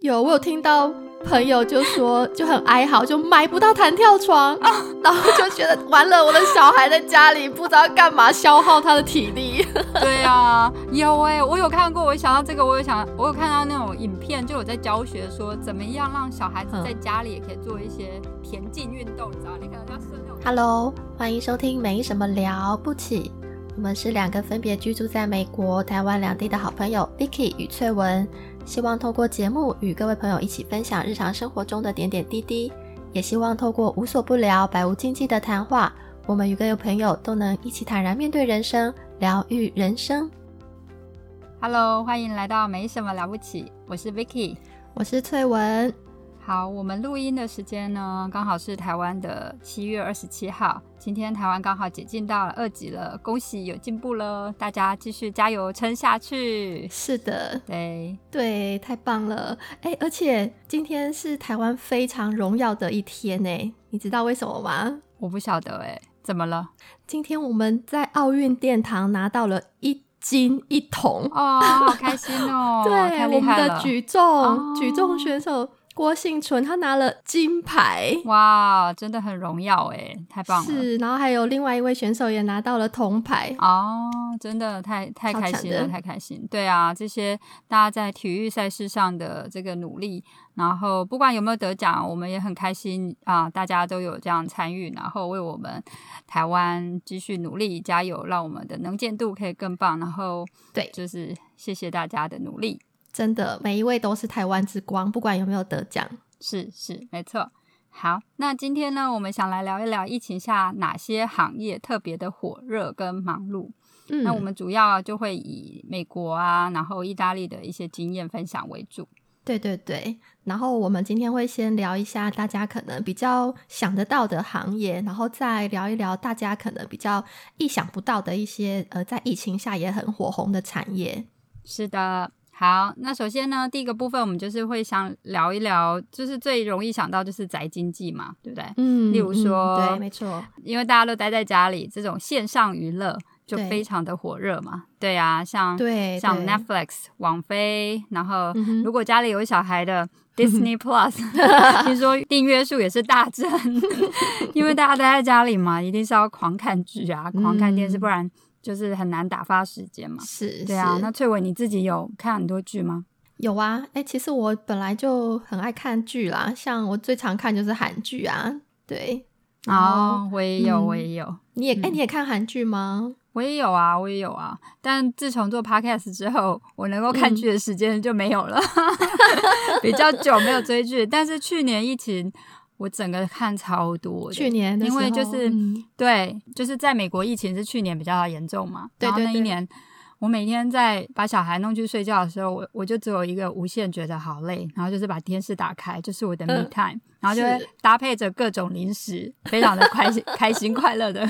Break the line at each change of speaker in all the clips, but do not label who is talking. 有，我有听到朋友就说，就很哀嚎，就买不到弹跳床， 然后就觉得完了，我的小孩在家里不知道干嘛，消耗他的体力。
对啊，有哎、我有看过，我想到这个，我有想，我有看到那种影片，就有在教学说怎么样让小孩子
嗯
在家里也可以做一些田径运动，你知道？你可能要设那 种
Hello，欢迎收听《没什么了不起》，我们是两个分别居住在美国、台湾两地的好朋友 Vicky 与翠文，希望透过节目与各位朋友一起分享日常生活中的点点滴滴，也希望透过无所不聊、百无禁忌的谈话，我们与各位朋友都能一起坦然面对人生，疗愈人生。
Hello，欢迎来到没什么了不起，我是 Vicky。
我是翠文，
好，我们录音的时间呢，刚好是台湾的七月二十七号。今天台湾刚好解禁到了二级了，恭喜有进步了，大家继续加油撑下去。
是的，
对，
对，太棒了！哎，而且今天是台湾非常荣耀的一天呢，你知道为什么吗？
我不晓得哎、怎么了？
今天我们在奥运殿堂拿到了一金一铜，
哦，好开心 哦！
对
太
我
厉
们
害
的
了。
举重、
哦
举重选手郭幸存他拿了金牌，
哇，真的很荣耀哎，太棒了！
是，然后还有另外一位选手也拿到了铜牌，
哦，真的太太
超
开
强
心
的
了，太开心！对啊，这些大家在体育赛事上的这个努力，然后不管有没有得奖，我们也很开心啊！大家都有这样参与，然后为我们台湾继续努力加油，让我们的能见度可以更棒。然后
对
就是谢谢大家的努力。
真的每一位都是台湾之光，不管有没有得奖。
是是，没错。好，那今天呢，我们想来聊一聊疫情下哪些行业特别的火热跟忙碌。
嗯，
那我们主要就会以美国啊，然后意大利的一些经验分享为主。
对对对，然后我们今天会先聊一下大家可能比较想得到的行业，然后再聊一聊大家可能比较意想不到的一些呃，在疫情下也很火红的产业。
是的，好，那首先呢，第一个部分我们就是会想聊一聊，就是最容易想到就是宅经济嘛，对不对？
嗯
例如
嗯
说
对，没错，
因为大家都待在家里，这种线上娱乐就
对
非常的火热嘛。对啊，像
对，
像
对
Netflix、网飞，然后
嗯哼
如果家里有小 孩的 Disney Plus，听说订阅数也是大增， 因为大家待在家里嘛，一定是要狂看剧啊，狂看电视，
嗯
不然就是很难打发时间嘛。
是，
对啊，
是
那翠文你自己有看很多剧吗？
有啊。哎、其实我本来就很爱看剧啦，像我最常看就是韩剧啊。对，然后，
哦我也
哦
有，
嗯
我也有。
你也哎、
嗯
你也看韩剧吗？
我也有啊，我也有啊，但自从做 podcast 之后，我能够看
嗯
剧的时间就没有了， 比较久没有追剧。但是去年疫情，我整个看超多的。
去年的
因为
时
就
候
是、
嗯
对，就是在美国疫情是去年比较严重嘛，
对
然后
对
那
对
一年。我每天在把小孩弄去睡觉的时候，我我就只有一个无限觉得好累，然后就是把电视打开，就是我的 me
嗯
time，、然后就是会搭配着各种零食，非常的开心、 开心、快乐的，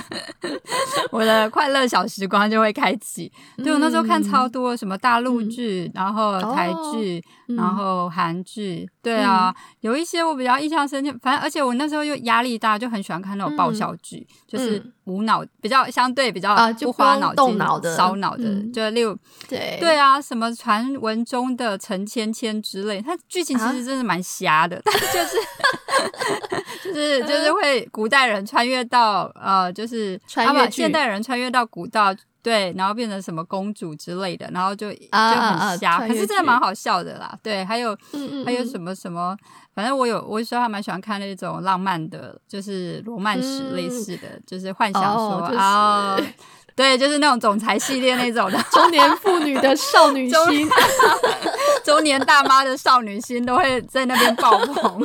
我的快乐小时光就会开启。对我那时候
嗯
看超多什么大陆剧，然后台剧，
哦嗯
然后韩剧，对啊，有一些我比较印象深刻。反正而且我那时候又压力大，就很喜欢看那种爆笑剧，就是
嗯
无脑，比较相对比较
啊就
不
不
花
用
脑筋、
动脑的
烧脑的，
嗯
就例如
对
对啊，什么传闻中的陈芊芊之类，它剧情其
啊
实真的蛮瞎的， 但是就 是就是就是会古代人穿越到呃，就是
穿
啊不
越剧
现代人穿越到古代。对，然后变成什么公主之类的，然后就就
啊啊啊
很瞎，
穿
可
越
是真
剧
的蛮好笑的啦。对，还有
嗯嗯
还有
嗯
什么什么，反正我有，我有时候还蛮喜欢看那种浪漫的，就是罗曼史类
嗯
似的，就是幻想
哦
说
就是
啊、对，就是那种总裁系列那种的，
中年妇女的少女
中
心，
中年大妈的少女心都会在那边爆棚，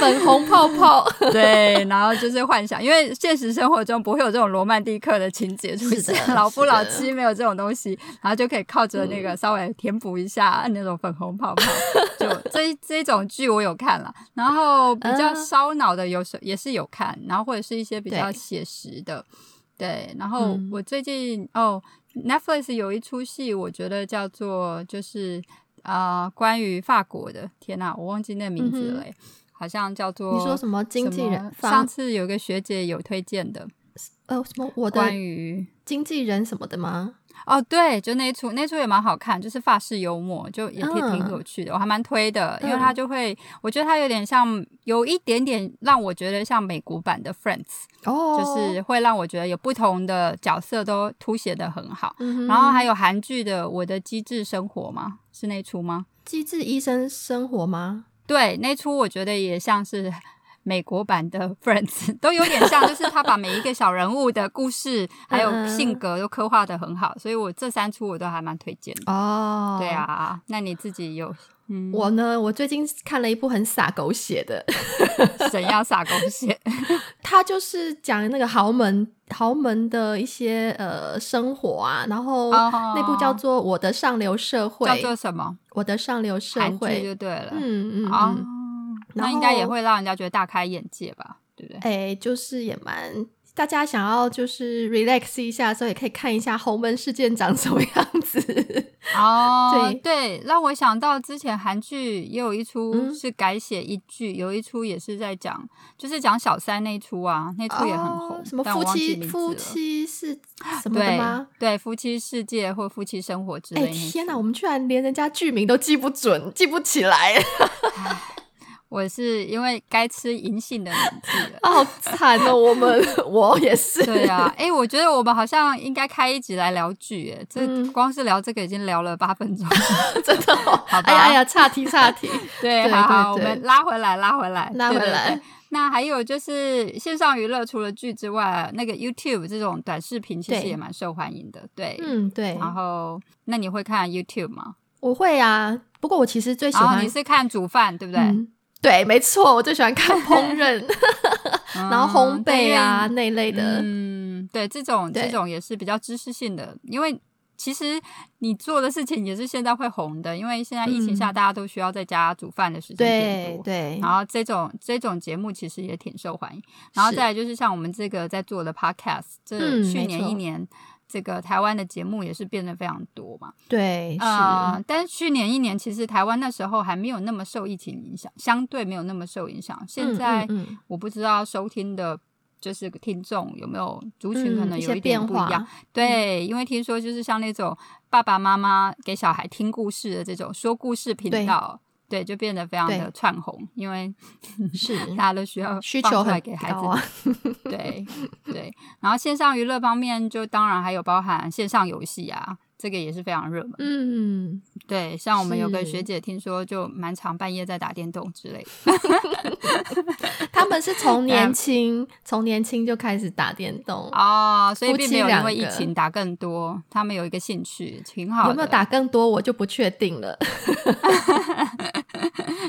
粉红泡泡。
对，然后就是幻想，因为现实生活中不会有这种罗曼蒂克的情节出
是
现
的，
老夫老
是的
妻没有这种东西，然后就可以靠着那个稍微填补一下那种粉红泡泡。 就这这种剧我有看了，然后比较
嗯
烧脑的有时也是有看，然后或者是一些比较
对
写实的，对。然后
嗯
我最近哦，Netflix 有一出戏，我觉得叫做就是啊、呃关于法国的，天呐，我忘记那名字
嗯
了、
哼
欸好像叫做
你说什么经纪
什么
人？
上
方
次有一个学姐有推荐的，
呃什么我
关
的
于
经纪人什么的吗？
哦，对，就那一出，那一出也蛮好看，就是法式幽默，就也挺
嗯
挺有趣的，我还蛮推的，因为
嗯
它就会，我觉得它有点像，有一点点让我觉得像美国版的 Friends，、
哦，
就是会让我觉得有不同的角色都凸显的很好。
嗯哼，
然后还有韩剧的《我的机智生活》吗？是那出吗？
机智医生生活吗？
对，那出我觉得也像是美国版的 Friends，都有点像，就是他把每一个小人物的故 事还
嗯
有性格都刻画的很好，所以我这三出我都还蛮推荐的。
哦，
对。啊，那你自 己有嗯，
我呢，我最近看了一部很洒狗血的，
怎样嗯撒狗血？
他就是讲那个豪门豪门的一些呃生活啊，然后
哦
那部叫做《我的上流社会
叫》，做什么？
我的上流社
韩剧
会，
就对了。
嗯嗯
啊
嗯，，然
那
后
应该也会让人家觉得大开眼界吧，对不对？
哎、就是也蛮。大家想要就是 relax 一下的时候，也可以看一下豪门事件长什么样子。
哦，
对
对，让我想到之前韩剧也有一出
嗯
是改写一句，有一出也是在讲，就是讲小三那一出啊，那出也很红，
哦什么
但我
夫
忘记
妻
名字
夫
了
妻是什么的
对
吗？
对夫妻世界或夫妻生活之
哎、
类的那出。
天哪，我们居然连人家剧名都记不准，记不起来，。
我是因为该吃银杏的年纪了
好惨哦！我们我也是，
对啊，哎、我觉得我们好像应该开一集来聊剧，哎，这
嗯
光是聊这个已经聊了八 分钟。
真的、哦。
好吧
哎呀哎呀，岔题岔 题。
对，
对
好好，我
对对
们拉回来，拉回来，
拉
对
回
对
来
对那还有就是线上娱乐，除了剧之外，那个 YouTube 这种短视频其实
对
也蛮受欢迎的。对，
嗯，对，
然后那你会看 YouTube 吗？
我会啊。不过我其实最喜
然后
欢
哦你是看煮饭，对不对？
嗯对，没错，我最喜欢看烹饪，
嗯
然后烘焙啊。那一类
对因为
的。
嗯，对，这种
对
这种也是比较知识性的，因为。其实你做的事情也是现在会红的，因为现在疫情下
嗯
大家都需要在家煮饭的时间变多
对。对
然，后这种这种节目其实也挺受欢迎。然
嗯
后
是
再来就是像我们这个在做的 podcast，这
嗯
去
没
年
错
一年。这个台湾的节目也是变得非常多嘛，
对
呃
是，，嗯
但是去年一年其实台湾那时候还没有那么受疫情影响，相对没有那么受影响。现
嗯
在
嗯嗯
我不知道收听的，就是听众有没有族群可
嗯
能
一
有
些
一点
变
不一样，
化，
对，因为听说就是像那种爸爸妈妈给小孩听故事的这种说故事频
对
道，对，就变得非常
对
的窜红，因为
是
大家都需要
需
放
求
出来
很
给孩子
高啊。
对对，然后线上娱乐方面，就当然还有包含线上游戏啊，这个也是非常热门。
嗯，
对，像我们有个
是
学姐，听说就蛮常半夜在打电动之类的。
他们是从年轻，从年轻就开始打电动，
哦，所以
夫
并
妻
没有因
两
为疫
个
情打更多，他们有一个兴趣，挺好的。
有没有打更多我就不确定了。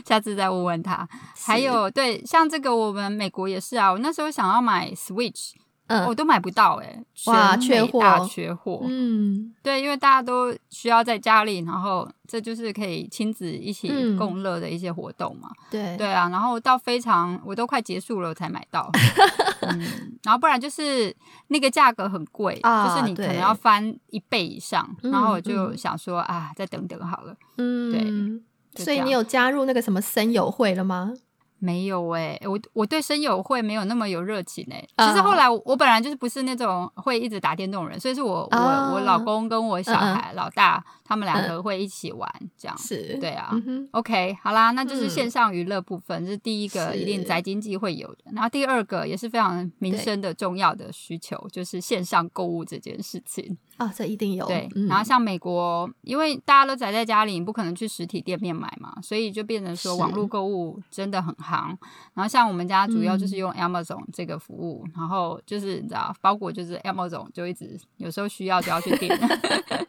下次再问问他。 还有对，像这个我们美国也是啊，我那时候想要买 Switch，、
嗯
我都买不到哎、欸，
哇
全美
缺货
大缺货。
嗯，
对，因为大家都需要在家里，然后这就是可以亲子一起
嗯
共乐的一些活动嘛。
对
对啊，然后到非常我都快结束了才买 到，嗯，然后不然就是那个价格很贵，
啊
就是你可能
对
要翻一倍以上，
嗯
然后我就
嗯
想说、啊，再等等好了。
嗯，
就
所以
这
你
样
有加入那个什么森友会了吗？
没有诶、我我对声友会没有那么有热情诶、
啊
其实后来我我本来就是不是那种会一直打电动的人，所以是我我、
啊嗯
我老公跟我小孩、老大他们两个会一起玩这样。
是，
对啊
嗯哼，
OK，好啦，那就是
嗯
线上娱乐部分，这是第一个
是
一定宅经济会有的。然后第二个也是非常民
对
生的重要的需求，就是线上购物这件事情。
啊，这一定有。
对，
嗯
然后像美国，因为大家都宅在家里，你不可能去实体店面买嘛，所以就变成说
是
网络购物真的很行。然后像我们家主要
嗯
就是用 Amazon 这个服务，然后就是你知道，包裹就是 Amazon 就一直有时候需要就要去订。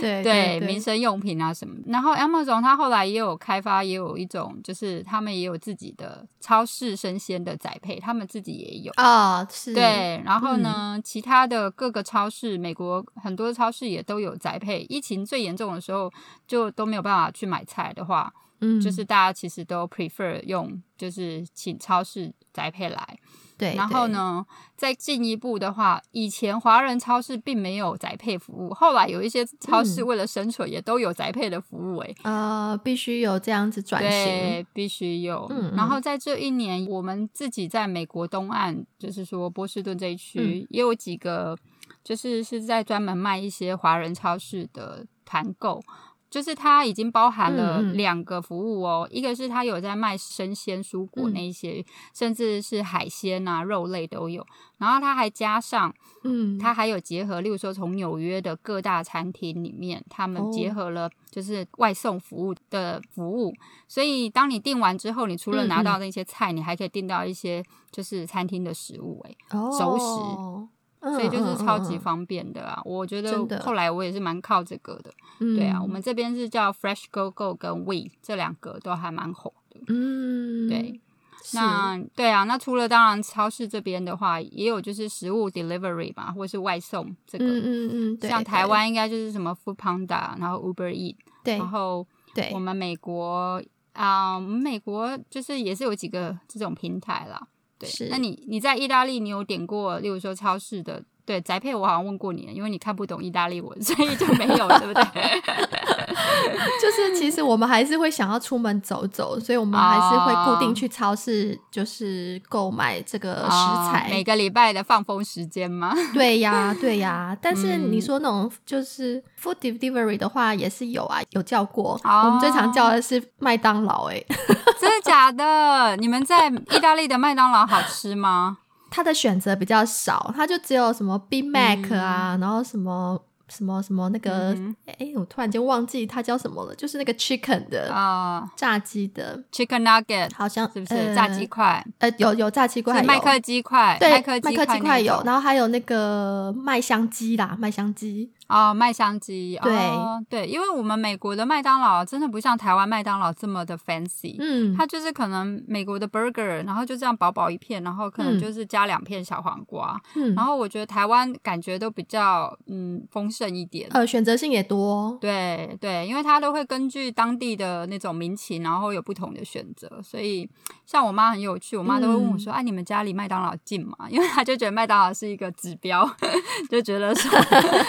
对
对
对
民生用品啊什么。然后 Amazon 它后来也有开发，也有一种就是他们也有自己的超市生鲜的宅配，他们自己也有。
啊，是，嗯
对，然后呢，其他的各个超市，美国很多超市也都有宅配。疫情最严重的时候，就都没有办法去买菜的话，
嗯，
就是大家其实都 prefer 用，就是请超市宅配来。
对，
然后
嗯对？
呢，再进一步的话，以前华人超市并没有宅配服务，后来有一些超市
嗯
为了生存也都有宅配的服务、欸，
呃，必须有这样子转型。
对，必须有。
嗯
然
嗯
后在这一年，我们自己在美国东岸，就是说波士顿这一区，
嗯
也有几个，就是是在专门卖一些华人超市的团购。就是它已经包含了
嗯嗯
两个服务哦，一个是它有在卖生鲜蔬果
嗯
那一些，甚至是海鲜啊、肉类都有。然后它还加上
嗯，
它还有结合，例如说从纽约的各大餐厅里面，他们
哦
结合了就是外送服务的服务，所以当你订完之后，你除了
嗯
拿到那些菜，你还可以订到一些就是餐厅的食物、欸，熟食
哦嗯
所以就是
嗯
超级
嗯
方便的啊！我觉得
真的
后来我也是蛮靠这个的，
嗯
对啊，我们这边是叫 Fresh Go Go 跟 We 这两个都还蛮红的。
嗯
对，
是
那对啊，那除了当然超市这边的话，也有就是食物 delivery 嘛，或是外送这个，
嗯嗯嗯，对
像
对
台湾应该就是什么 Food Panda，然后 Uber Eat，
对
然后
对
我们美国啊、我们美国就是也是有几个这种平台啦。对
是，
那你你在意大利，你有点过，例如说超市的对宅配，我好像问过你了，因为你看不懂意大利文，所以就没有，对不对？
就是其实我们还是会想要出门走走，所以我们还是会
哦
固定去超市，就是购买这个食
啊
材
每。个礼拜的放风时间吗？
对呀，对呀。但是
嗯
你说那种就是 food delivery 的话，也是有啊，有叫过。
哦
我们最常叫的是麦当劳，哎，
真的假的？你们在意大利的麦当劳好吃吗？
它的选择比较少，它就只有什么 Big Mac 啊，然后什么。什么什么那个
嗯，
哎、我突然间忘记它叫什么了，就是那个 chicken 的、
啊、
炸鸡的，
c h i c k e n Nugget
好像
是不是、
呃
炸鸡块？
呃，有有炸鸡块，
是
有
麦克鸡块，
对，
麦
麦
克
克
块
鸡
那
块
一
有
种，
然后还有那个麦香鸡啦，麦香鸡，
哦，麦香鸡，
对
哦、对，因为我们美国的麦当劳真的不像台湾麦当劳这么的 fancy，、
嗯，
它就是可能美国的 burger，然后就这样薄薄一片，然后可能
嗯
就是加两片小黄瓜，
嗯
然，后我觉得台湾感觉都比较嗯丰盛一点。
呃，选择性也多，哦
对对，因为它都会根据当地的那种民情，然后有不同的选择。所以像我妈很有趣，我妈都会问我
嗯
说：“哎、你们家离麦当劳近吗？”因为她就觉得麦当劳是一个指标， 就觉 得说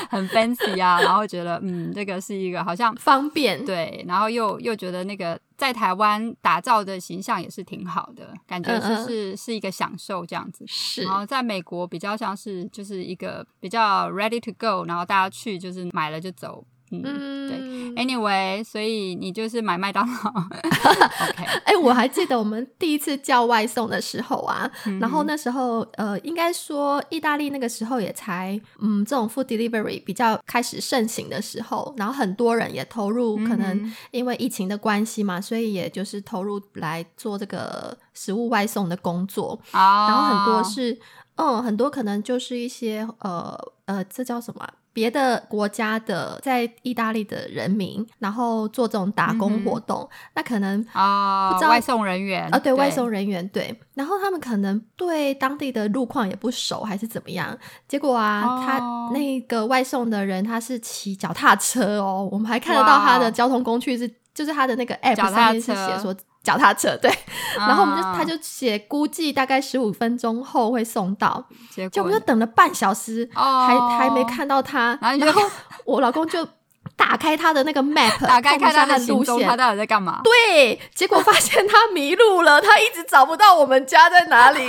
很 fancy 啊，然后觉得嗯，这个是一个好像
方便，
对，然后又又觉得那个在台湾打造的形象也是挺好的，感觉就
嗯嗯
是是一个享受这样子。
是
然，后在美国比较像是就是一个比较 ready to go，然后大家去就是买了就走，嗯
嗯，哎、
Anyway，所以你就是买麦 当劳，OK？
我还记得我们第一次叫外送的时候啊，
嗯
然后那时候呃，应该说意大利那个时候也才，嗯，这种 food delivery 比较开始盛行的时候，然后很多人也投入，可能
嗯哼
因为疫情的关系嘛，所以也就是投入来做这个食物外送的工作。
啊，
然后很多是，嗯，很多可能就是一些呃呃，这叫什么啊、别的国家的在意大利的人民，然后做这种打
嗯
工
哼
活动，那可能
啊、
不知道
外送人员
啊，对外送人员对，然后他们可能对当地的路况也不熟，还是怎么样？结果啊，
哦
他那个外送的人他是骑脚踏车哦，我们还看得到他
哇
的交通工具是，就是他的那个
脚
app
踏
上面是
车
写说脚踏车，对，
啊，
然后我们就他就写估计大概十五分钟后会送到，
嗯结
就我
果
们就等了半小时，
哦
还还没看到他，
然后你就
然后我老公就打开他的那个 map，
打开看
一下
他的
路
行踪，
线
他，到底在干嘛？
对，结果发现他迷路了，他一直找不到我们家在哪里。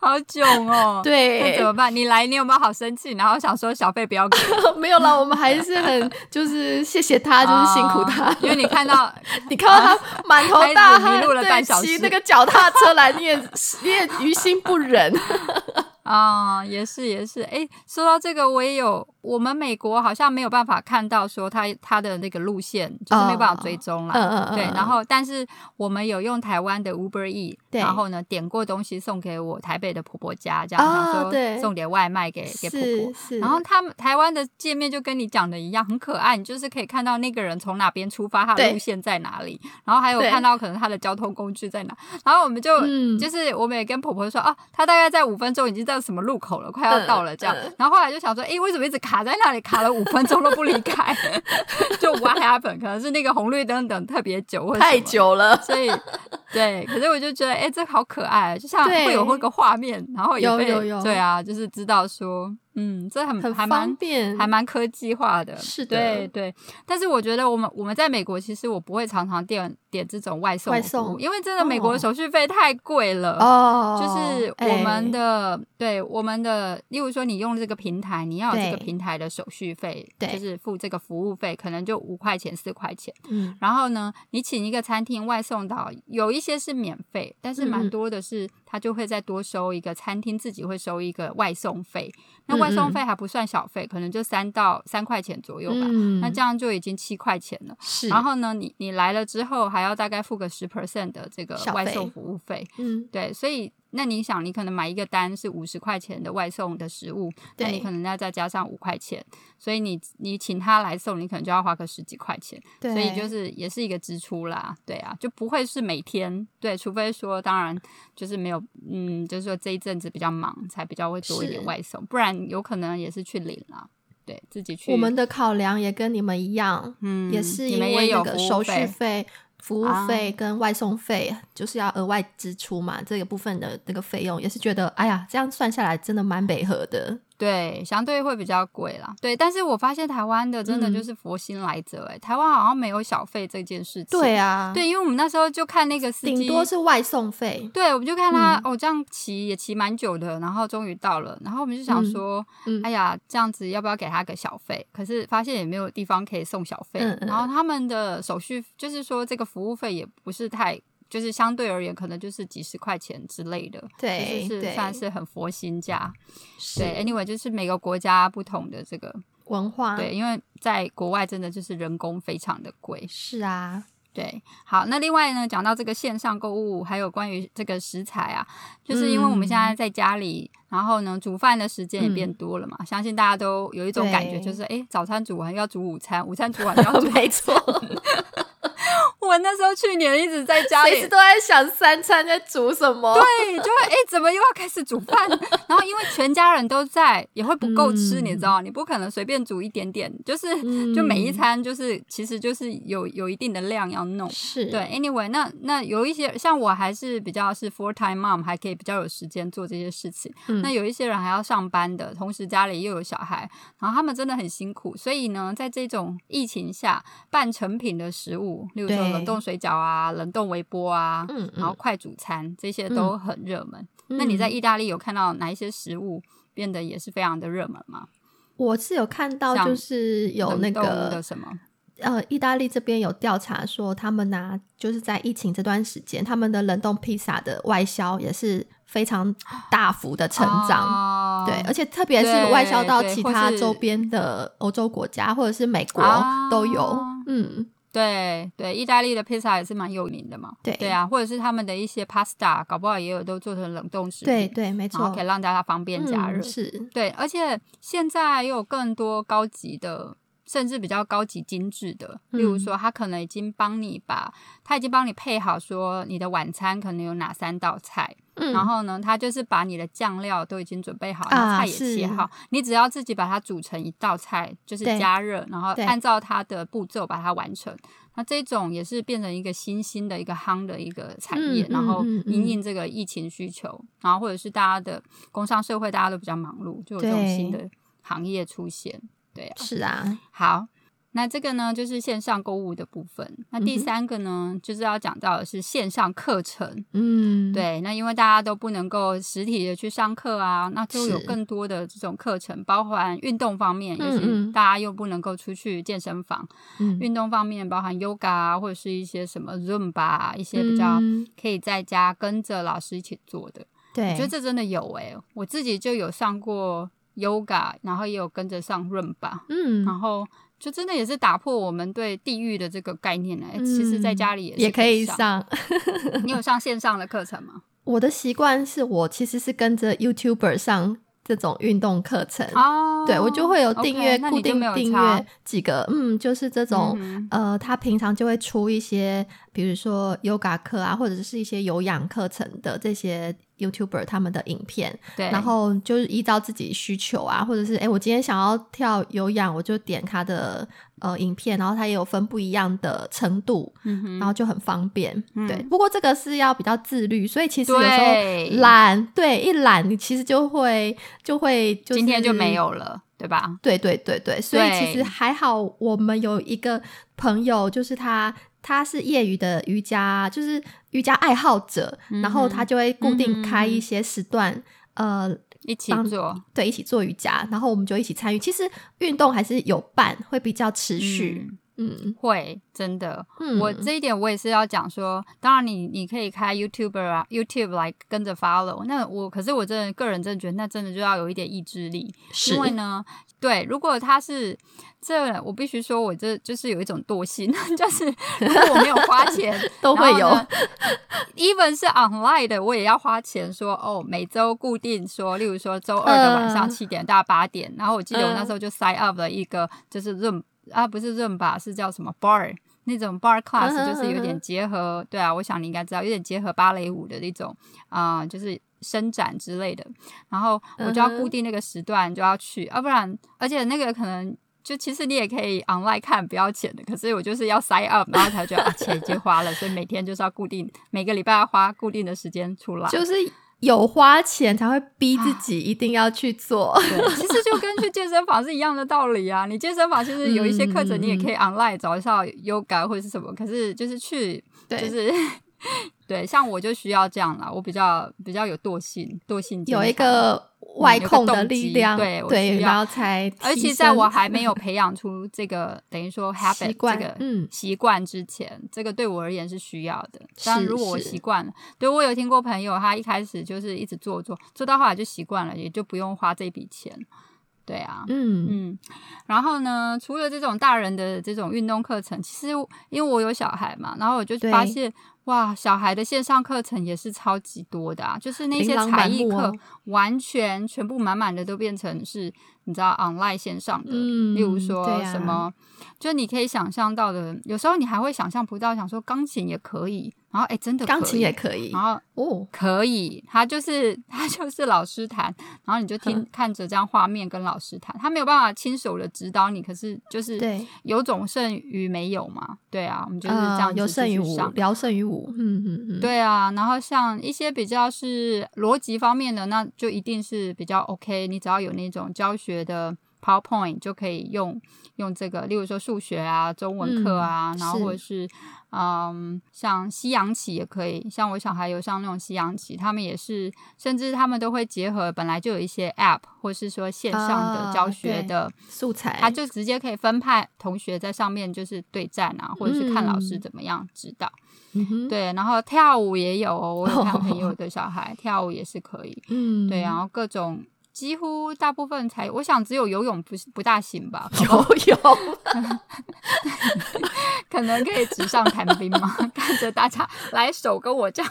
好囧哦，，那
对
怎，么办？你来，你有没有好生气？然后想说小费不要给，
没有啦，我们还是很就是谢谢 他，就是辛苦他
啊。因为你看到
你看到他满头大
孩子
汗，
迷路了半
对，
小时
骑那个脚踏车来，你也你也于心不 忍。
啊、也是也是，哎，说到这个，我也有，我们美国好像没有办法看到说他他的那个路线，就是没有办法追踪啦。
嗯嗯嗯，
对，
嗯
然后但是我们有用台湾的 Uber E，
对
然后呢点过东西送给我台北的婆婆家，这样、
啊
想说
对
送点外卖给给婆婆
是。是，
然后他们台湾的界面就跟你讲的一样，很可爱，你就是可以看到那个人从哪边出发，他的
对
路线在哪里，然后还有
对
看到可能他的交通工具在哪。然后我们就、
嗯
就是我们也跟婆婆说啊，她大概在五分钟已经到什么路口了，快要
嗯
到了这样。
嗯
然后后来就想说，诶，为什么一直卡在那里，卡了五分钟都不离开？ 就 what happened？可能是那个红绿灯等特别久，或者什么
太。久了。
所以对，可是我就觉得，哎、这好可爱，就像
对
会有那个画面，然后也
有
被
有有
对啊，就是知道说，嗯，这很
很
还
方
蛮
便，
还蛮科技化的，
是的
对对。但是我觉得我们我们在美国，其实我不会常常点点这种外送
外
服务
送
因为真的美
哦
国手续费太贵了。
哦，
就是我们
哎
的，对我们的，例如说你用这个平台，你要有这个
对
平台的手续费，
对
就是付这个服务费，可能就五块钱、四块钱。
嗯
然后呢，你请一个餐厅外送到，有一些是免费，但是
嗯
蛮
嗯
多的是，他就会再多收一个餐厅自己会收一个外送费。那
嗯
外送
嗯
费还不算小费，可能就三到三块钱左右吧。
嗯，
那这样就已经七块钱了。
是，
然后呢，你你来了之后还要大概付个十 percent 的这个
小
外
费
送服务费。
嗯
对，所以那你想，你可能买一个单是五十块钱的外送的食物，那
对
你可能要再加上五块钱，所以你你请他来送，你可能就要花个十几块钱，
对，
所以就是也是一个支出啦，对啊，就不会是每天，对，除非说当然就是没有，嗯，就是说这一阵子比较忙，才比较会多一点
是
外送，不然有可能也是去领啦，对自己去，
我们的考量也跟你们一样，
嗯
也是
你
因
们也
为那
有
个
服务
手续
费
费、服务
啊
费跟外送费，就是要额外支出嘛，这个部分的那个费用也是觉得，哎呀，这样算下来真的蛮北合的。
对，相对会比较贵啦。对，但是我发现台湾的真的
嗯
就是佛心来着、欸，哎、台湾好像没有小费这件事情。
对啊，
对，因为我们那时候就看那个司机，
顶多是嗯外送费。
对，我们就看他、哦，这样骑也骑蛮久的，然后终于到了，然后我们就想说，
嗯嗯
哎呀，这样子要不要给他个小费？可是发现也没有地方可以送小费，
嗯嗯
然后他们的手续就是说这个服务费也不是太。就是相对而言，可能就是几十块钱之类的，
对
就是
哎对
是算是很佛心价。对
是
，anyway，就是每个国家不同的这个，
文化，
对，因为在国外真的就是人工非常的贵。
是 啊，
对，好，那另外呢，讲到这个线上购物，还有关于这个食材啊，就是因为我们现
嗯
在在家里，然后呢，煮饭的时间也变多了嘛，相信大家都有一种感觉，
对
就是诶，早餐煮完要煮午餐，午餐煮完 要煮。
没 错，
我那时候去年一直在家里，
随时都在想三餐在煮什么。
对，就会哎、诶怎么又要开始煮饭？然后因为全家人都在，也会不够吃，
嗯嗯
你知道，你不可能随便煮一点点，就是、就每一餐就是其实就是有有一定的量要弄。
是，
对，anyway，那那有一些像我还是比较是 full time mom，还可以比较有时间做这些事情。
嗯
那有一些人还要上班的，同时家里又有小孩，然后他们真的很辛苦。所以呢，在这种疫情下，半成品的食物，例如说
对
冷冻水饺啊、冷冻微波啊，
嗯嗯
然后快煮餐这些都很热门。那你在
嗯
意大利有看到哪一些食物变得也是非常的热门吗？
我是有看到，
像
就是有那
冷冻
个
的什么？
呃，意大利这边有调查说，他们呢、就是在疫情这段时间，他们的冷冻披萨的外销也是非常大幅的成长。
哦
对，而且特别是
对
外销到
对
其
或
他
是
周边的欧洲国家或者是美国
啊
都有。嗯，
对对，意大利的披萨也是蛮有名的嘛。
对
对啊，或者是他们的一些 pasta，搞不好也有都做成冷冻食品，
对对，没
然后
错
可以，让大家方便加热。
嗯、是
对，而且现在也有更多高级的，甚至比较高级精致的，
嗯
例如说，他可能已经帮你把，他已经帮你配好，说你的晚餐可能有哪三道菜，
嗯，
然后呢，他就是把你的酱料都已经准备好，
啊
那菜也切好，你只要自己把它煮成一道菜，就是
对
加热，然后
对
按照它的步骤把它完成。那这种也是变成一个新兴的一个夯的一个产业，
嗯
然后
嗯嗯嗯
因应这个疫情需求，然后或者是大家的工商社会大家都比较忙碌，就有这种
对
新的行业出现。对啊，
是啊，
好。那这个呢，就是线上购物的部分。那第
嗯哼
三个呢，就是要讲到的是线上课程。
嗯，，
对，那因为大家都不能够实体的去上课啊，那就有
是
更多的这种课程，包含运动方面，也
嗯
是
嗯
大家又不能够出去健身房，
嗯，
运动方面包含 yoga 啊，或者是一些什么 Zumba 啊一些比较
嗯
可以在家跟着老师一起做的，我
对，
觉得这真的有诶、我自己就有上过 yoga，然后也有跟着上 Zumba，
嗯，
然后。就真的也是打破我们对地域的这个概念呢、其实，在
嗯
家里也是
也可以
上。
上。
你有上线上的课程吗？
我的习惯是我其实是跟着 YouTuber 上这种运动课程，
哦，
对我就会有
OK，
订阅
那
固
你就
定
没有
订
差
阅几个，嗯，就是这种。
嗯
呃，他平常就会出一些，比如说 yoga 课啊，或者是一些有氧课程的这些 YouTuber 他们的影片，
对，
然后就是依照自己需求啊，或者是哎，诶我今天想要跳有氧，我就点他的呃影片，然后它也有分不一样的程度，
嗯哼
然后就很方便。
嗯
对，不过这个是要比较自律，所以其实有时
对
候懒，对，一懒你其实就会就会、就是、
今天就没。有了，对吧？
对对对对，所以其
对
实还好，我们有一个朋友，就是他。他是业余的瑜伽，就是瑜伽爱好者，
嗯
然后他就会固定开一些时段，呃，
一起做，
对，一起做瑜伽，然后我们就一起参与。其实运动还是有伴，会比较持续。
嗯
嗯
会真的，
嗯，
我这一点我也是要讲说，当然你你可以开 YouTuber 啊，YouTube 来跟着 follow。那我可是我真的个人真的觉得，那真的就要有一点意志力，
是
因为呢，对，如果他是这，我必须说我这就是有一种惰性， 就是如果我没有花钱，
都会有
然后呢。Even 是 online 的，我也要花钱说哦，每周固定说，例如说周二的晚上
嗯
七点到八点，然后我记得我
嗯
那时候就 sign up 了一个就是 room 啊，不是 room 吧，是叫什么 bar 那种 bar
嗯
class，
哼
就是有
嗯
点
哼
结合，对啊，我想你应该知道，有点结合芭蕾舞的那种啊、就是伸展之类的。然后我就要
嗯哼
固定那个时段就要去，啊要、不然而且那个可能。就其实你也可以 online 看不要钱的，可是我就是要 sign up，然后才觉得、 啊、钱已经花了，所以每天就是要固定，每个礼拜要花固定的时间出来。
就是有花钱才会逼
啊
自己一定要去做。
对，其实就跟去健身房是一样的道理啊。你 健身房其实有一些课程你也可以 online 找一下 yoga 或者是什么，可是就是去
对，
就是 对，像我就需要这样啦，我比较比较有惰性，惰性
有
坚
一
强
个外控的力量，
有一个动机对我需要
然后才提升。
而且在我还没有培养出这个等于说 habit
习惯
这个
嗯
习惯之前，这个对我而言是需要的。
是
但如果我
是
习惯了，对我有听过朋友，他一开始就是一直做做，做到后来就习惯了，也就不用花这笔钱。对啊，
嗯
嗯，然后呢，除了这种大人的这种运动课程，其实因为我有小孩嘛，然后我就
对
发现，哇，小孩的线上课程也是超级多的啊，就是那些
琳琅
才
满
艺
目
课，
哦
完全全部满满的都变成是，你知道 online 线上的，
嗯
例如说
对啊
什么，就你可以想象到的，有时候你还会想象不到，想说钢琴也可以，然后哎，真的
钢
可
琴
以
也可以
然后
哦，
可以，他就是他就是老师弹，然后你就
嗯
听看着这样画面跟老师弹，他没有办法亲手的指导你，可是就是
对，
有种胜于没有嘛，对啊，我们就是这
呃
样，子
有胜于
继续
无
上，
聊胜于无，嗯嗯嗯，
对啊，然后像一些比较是逻辑方面的，那就一定是比较 OK。你只要有那种教学的 PowerPoint 就可以用用这个，例如说数学啊、中文课啊，
嗯
然后或者是嗯，像西洋棋也可以。像我小孩有上那种西洋棋，他们也是，甚至他们都会结合本来就有一些 App 或是说线上的
啊
教学
对
的
素材
他就直接可以分派同学在上面就是对战啊，或者是看老师
嗯
怎么样指导。
嗯哼，
对，然后跳舞也有哦，我有看朋友的小孩、跳舞也是可以。
嗯
对，啊然后各种几乎大部分才，我想只有游泳不是不大行吧，
有有。
可能可以纸上谈兵嘛， 看着大家来手跟我这样。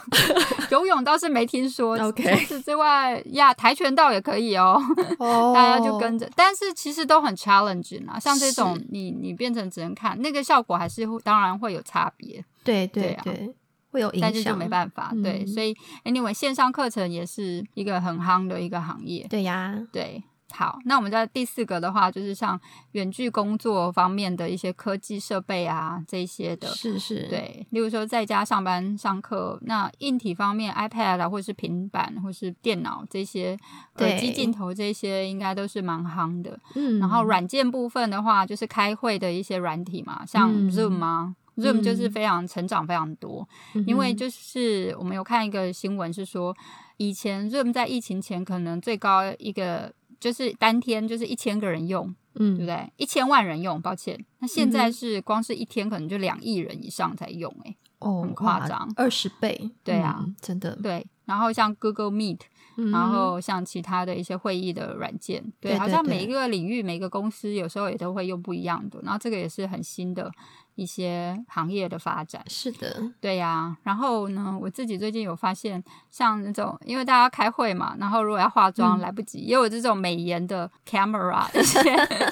游泳倒是没听说
OK
除此之外呀，跆拳道也可以哦，
哦
大家就跟着，但是其实都很 challenge 啊，像这种
是
你你变成只能看，那个效果还是会当然会有差别。
对
对
对
啊
对，会有影
但
响，
是就没办法，对，
嗯
所以 anyway，线上课程也是一个很夯的一个行业，
对呀，
对。好，那我们在第四个的话，就是像远距工作方面的一些科技设备啊，这些的，
是是，，
对，例如说在家上班上课，那硬体方面，iPad 啊，或是平板，或是电脑这些，耳机
对
镜头这些，应该都是蛮夯的。
嗯，
然后软件部分的话，就是开会的一些软体嘛，像
嗯
Zoom 啊、z o o m 就是
嗯
非常成长非常多，
嗯哼，
因为就是我们有看一个新闻是说，以前 Zoom 在疫情前可能最高一个就是单天就是一千个人用，对不
嗯，
对？一千万人用，抱歉。那现在
嗯哼
是光是一天可能就两亿人以上在用、欸，
哦，
很夸张
二十倍，
对啊
嗯，真的，
对。然后像 Google Meet，
嗯
然后像其他的一些会议的软件，对，
对
好
对
像
对
每一个领域、每个公司有时候也都会用不一样的。然后这个也是很新的一些行业的发展。
是的，
对呀、然后呢，我自己最近有发现，像那种因为大家开会嘛，然后如果要化妆
嗯
来不及，也有这种美颜的 camera 啊这些，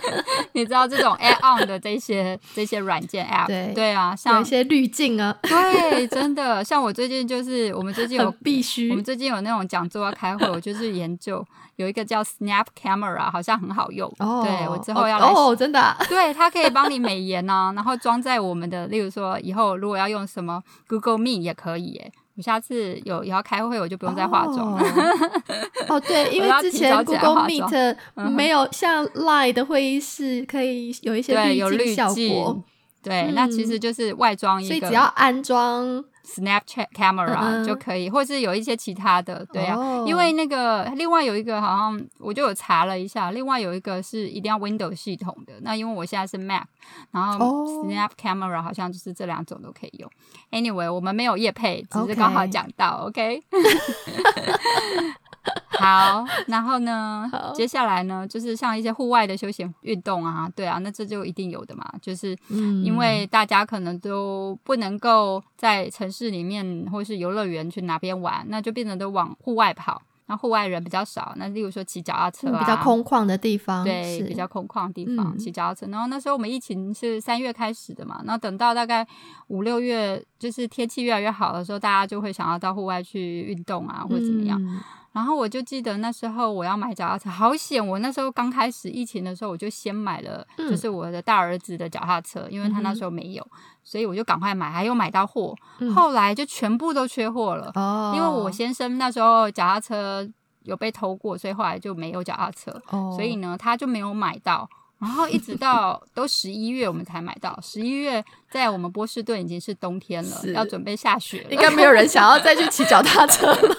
你知道这种 add on 的这些这些软件 app，
对
啊，
有一
像
些滤镜啊，
对，真的，像我最近就是我们最近有
很必
我们
须。
最近有那种讲座要开会，我就是研究有一个叫 Snap Camera，好像很好用。
哦，
对我之后要来试。
哦，哦真的啊、
对，它可以帮你美颜呐、然后装在我们的，例如说以后如果要用什么 Google Meet 也可以耶。我下次有也要开会，我就不用再化妆 了。
哦。哦，对，因
我要
为之
提早
前
起来化
Google
妆嗯
Meet 没有像 Line 的会议室可以有一些
对，有
镜
滤
效
镜
果，。
对，
嗯
那其实就是外装
所
一
以
个
只要安装嗯
Snapchat camera
嗯嗯
就可以，或是有一些其他的，对啊，
哦
因为那个另外有一个好像我就有查了一下，另外有一个是一定要 Windows 系统的，那因为我现在是 Mac，然后
哦
Snap camera 好像就是这两种都可以用。Anyway，我们没有业配，只是
OK
刚好讲到 OK 好，然后呢
好，
接下来呢，就是像一些户外的休闲运动啊，对啊，那这就一定有的嘛，就是
嗯
因为大家可能都不能够在城市里面或是游乐园去哪边玩，那就变成都往户外跑。那户外人比较少，那例如说骑脚踏车、
嗯
啊
比较，空旷的地方，
对，
是
比较空旷的地方
嗯
骑脚踏车。然后那时候我们疫情是三月开始的嘛，那等到大概五六月，就是天气越来越好的时候，大家就会想要到户外去运动啊，或者怎么样。
嗯
然后我就记得那时候我要买脚踏车，好险！我那时候刚开始疫情的时候，我就先买了，
嗯
就是我的大儿子的脚踏车，因为他那时候没有，所以我就赶快买，还有买到货。
嗯
后来就全部都缺货了，
哦，
因为我先生那时候脚踏车有被偷过，所以后来就没有脚踏车，
哦，
所以呢他就没有买到。然后一直 到都十一月我们才买到，十一月在我们波士顿已经是冬天了，
是
要准备下雪了
应。该没有人想要再去骑脚踏车 了，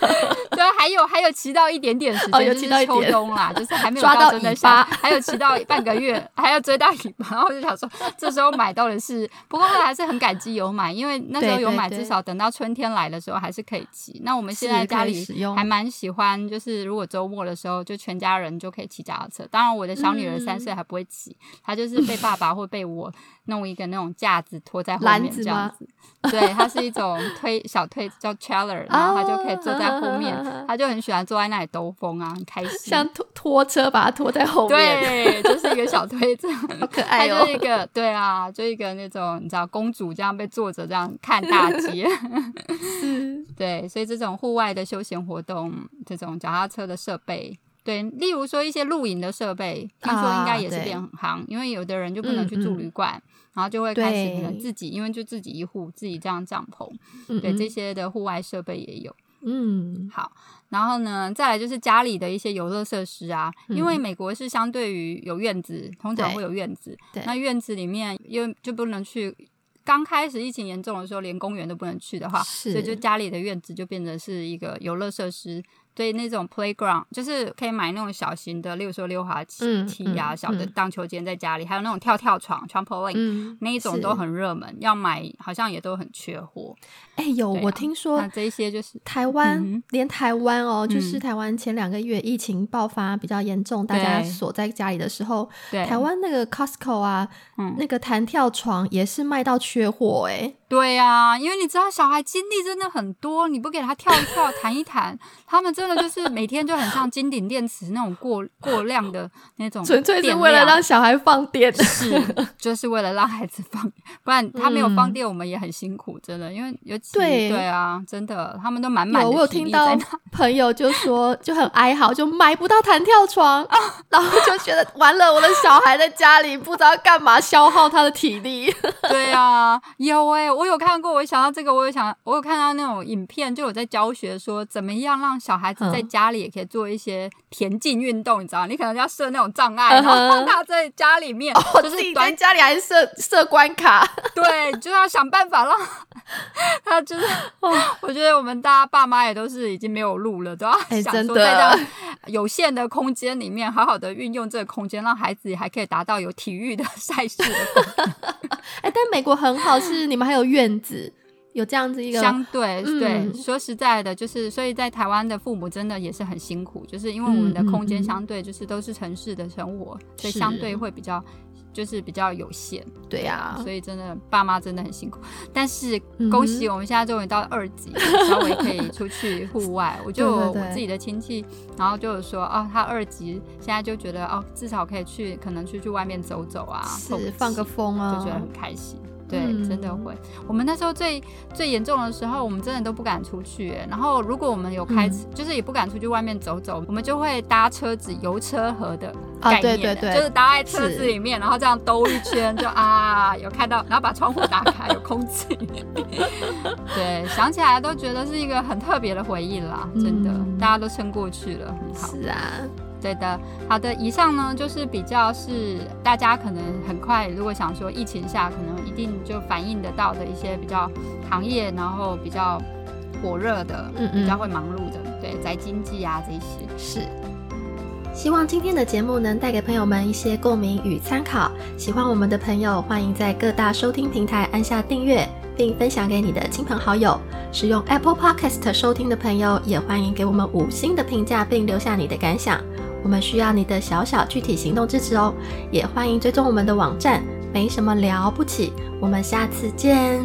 对，啊还有还有骑到一点点时间，
哦有骑到一
就是秋
点
冬啦，就是还没有
抓到
真的
尾巴
下，还有骑到半个月，还要追到尾巴，然后我就想说，这时候买到的是，不过后来还是很感激有买，因为那时候
对
有
对
买，
对
至少等到春天来的时候还是可以骑。那我们现
是
在家
可以
里
使用
还蛮喜欢，就是如果周末的时候，就全家人就可以骑脚踏车。当然，我的小女儿
嗯
三岁还不会骑，她就是被爸爸或被我弄一个那种架子拖在后
篮
面
子
这样
吗
子。对，它是一种推小推叫 trailer，然后他就可以坐在后面，
啊
他就很喜欢坐在那里兜风啊，很开心。
像拖拖车把它拖在后面，
对，就是一个小 推车，
好可
他
爱
就
哦
是。一个对啊，就一个那种你知道公主这样被坐着这样看大 街。对，所以这种户外的休闲活动，这种脚踏车的设备。对，例如说一些露营的设备，听说应该也是
啊
变行，因为有的人就不能去住
嗯嗯
旅馆，然后就会开始可能
对
自己，因为就自己一户自己这样帐篷，
嗯
对
嗯
这些的户外设备也有。
嗯，
好，然后呢，再来就是家里的一些游乐设施啊，
嗯
因为美国是相对于有院子，通常
对
会有院子
对，
那院子里面因为就不能去。刚开始疫情严重的时候，连公园都不能去的话，
是
所以就家里的院子就变成是一个游乐设施。所以那种 playground 就是可以买那种小型的，例如说溜滑梯
嗯
梯啊、
嗯
小的
嗯
荡秋千在家里，还有那种跳跳床 trampoline、
嗯，
那一种
是
都很热门，要买好像也都很缺货。
哎、有、
对啊
我听说
那这一些就是
台湾、
嗯
连台湾哦，就
嗯
是台湾前两个月疫情爆发比较严重，大家
对
锁在家里的时候，
对
台湾那个 Costco 啊，
嗯
那个弹跳床也是卖到缺货哎、
对呀、因为你知道小孩精力真的很多，你不给他跳一跳、弹一弹，他们真的就是每天就很像金顶电池那种过过量的那哦种电
纯
量，
粹是为了让小孩放 电。
是就是为了让孩子放，不然他没有放电，我们也很辛苦，真的，因为尤其
嗯对
对啊，真的，他们都满满
有，
的
我有
体力
听到
在那
朋友就说，就很哀嚎，就买不到弹跳 床，
哦
然后就觉得完了，我的小孩在家里不知道干嘛，消耗他的体 力。
对啊，有哎、我有看过，我想到这个，我有想，我有看到那种影片，就有在教学说怎么样让小孩子在
嗯
家里也可以做一些田径运动，你知道，你可能要设那种障碍，
嗯
然后
哼
让他在家 里面、
我
就
自
是
己
短
在家里还设设关卡，
对，就要想办法让 他就是，
哦
我觉得我们大家爸妈也都是已经没有路了，都要
哎
想
真
说
的
在这样有限的空间里面，好好的运用这个空间，让孩子还可以达到有体育的赛事的功
哎、但美国很好，是你们还有院子，有这样子一个
相对、
嗯
对，说实在的，就是所以在台湾的父母真的也是很辛苦，就是因为我们的
嗯嗯
空间
嗯
相对就是都是城市的生活，所以
是
相对会比较就是比较有限，
对啊，嗯
所以真的爸妈真的很辛苦。但是恭喜我们现在终于到二级，稍微可以出去户外。 我就
对对
我
对
自己的亲戚，然后就是说，哦，他二级现在就觉得哦，至少可以去，可能去去外面走走啊，透
是放个
气
风啊，
就觉得很开心。对，
嗯
真的会。我们那时候最最严重的时候，我们真的都不敢出去、欸然后如果我们有开，
嗯
就是也不敢出去外面走走，我们就会搭车子游车河的
啊
概念、
对
欸
对对
就是搭在车
是
子里面，然后这样兜一圈， 就啊有看到，然后把窗户打开，有空气。 对，想起来都觉得是一个很特别的回忆啦，真的，
嗯
大家都撑过去了，很好。
是啊，
对的，好的，以上呢就是比较是大家可能很快，如果想说疫情下，可能一定就反映得到的一些比较行业，然后比较火热的，
嗯
比较
嗯，
会忙碌的，对，宅经济啊这一些。
是。希望今天的节目能带给朋友们一些共鸣与参考。喜欢我们的朋友，欢迎在各大收听平台按下订阅，并分享给你的亲朋好友。使用 Apple Podcast 收听的朋友，也欢迎给我们五星的评价，并留下你的感想。我们需要你的小小具体行动支持哦。也欢迎追踪我们的网站，没什么了不起。我们下次见。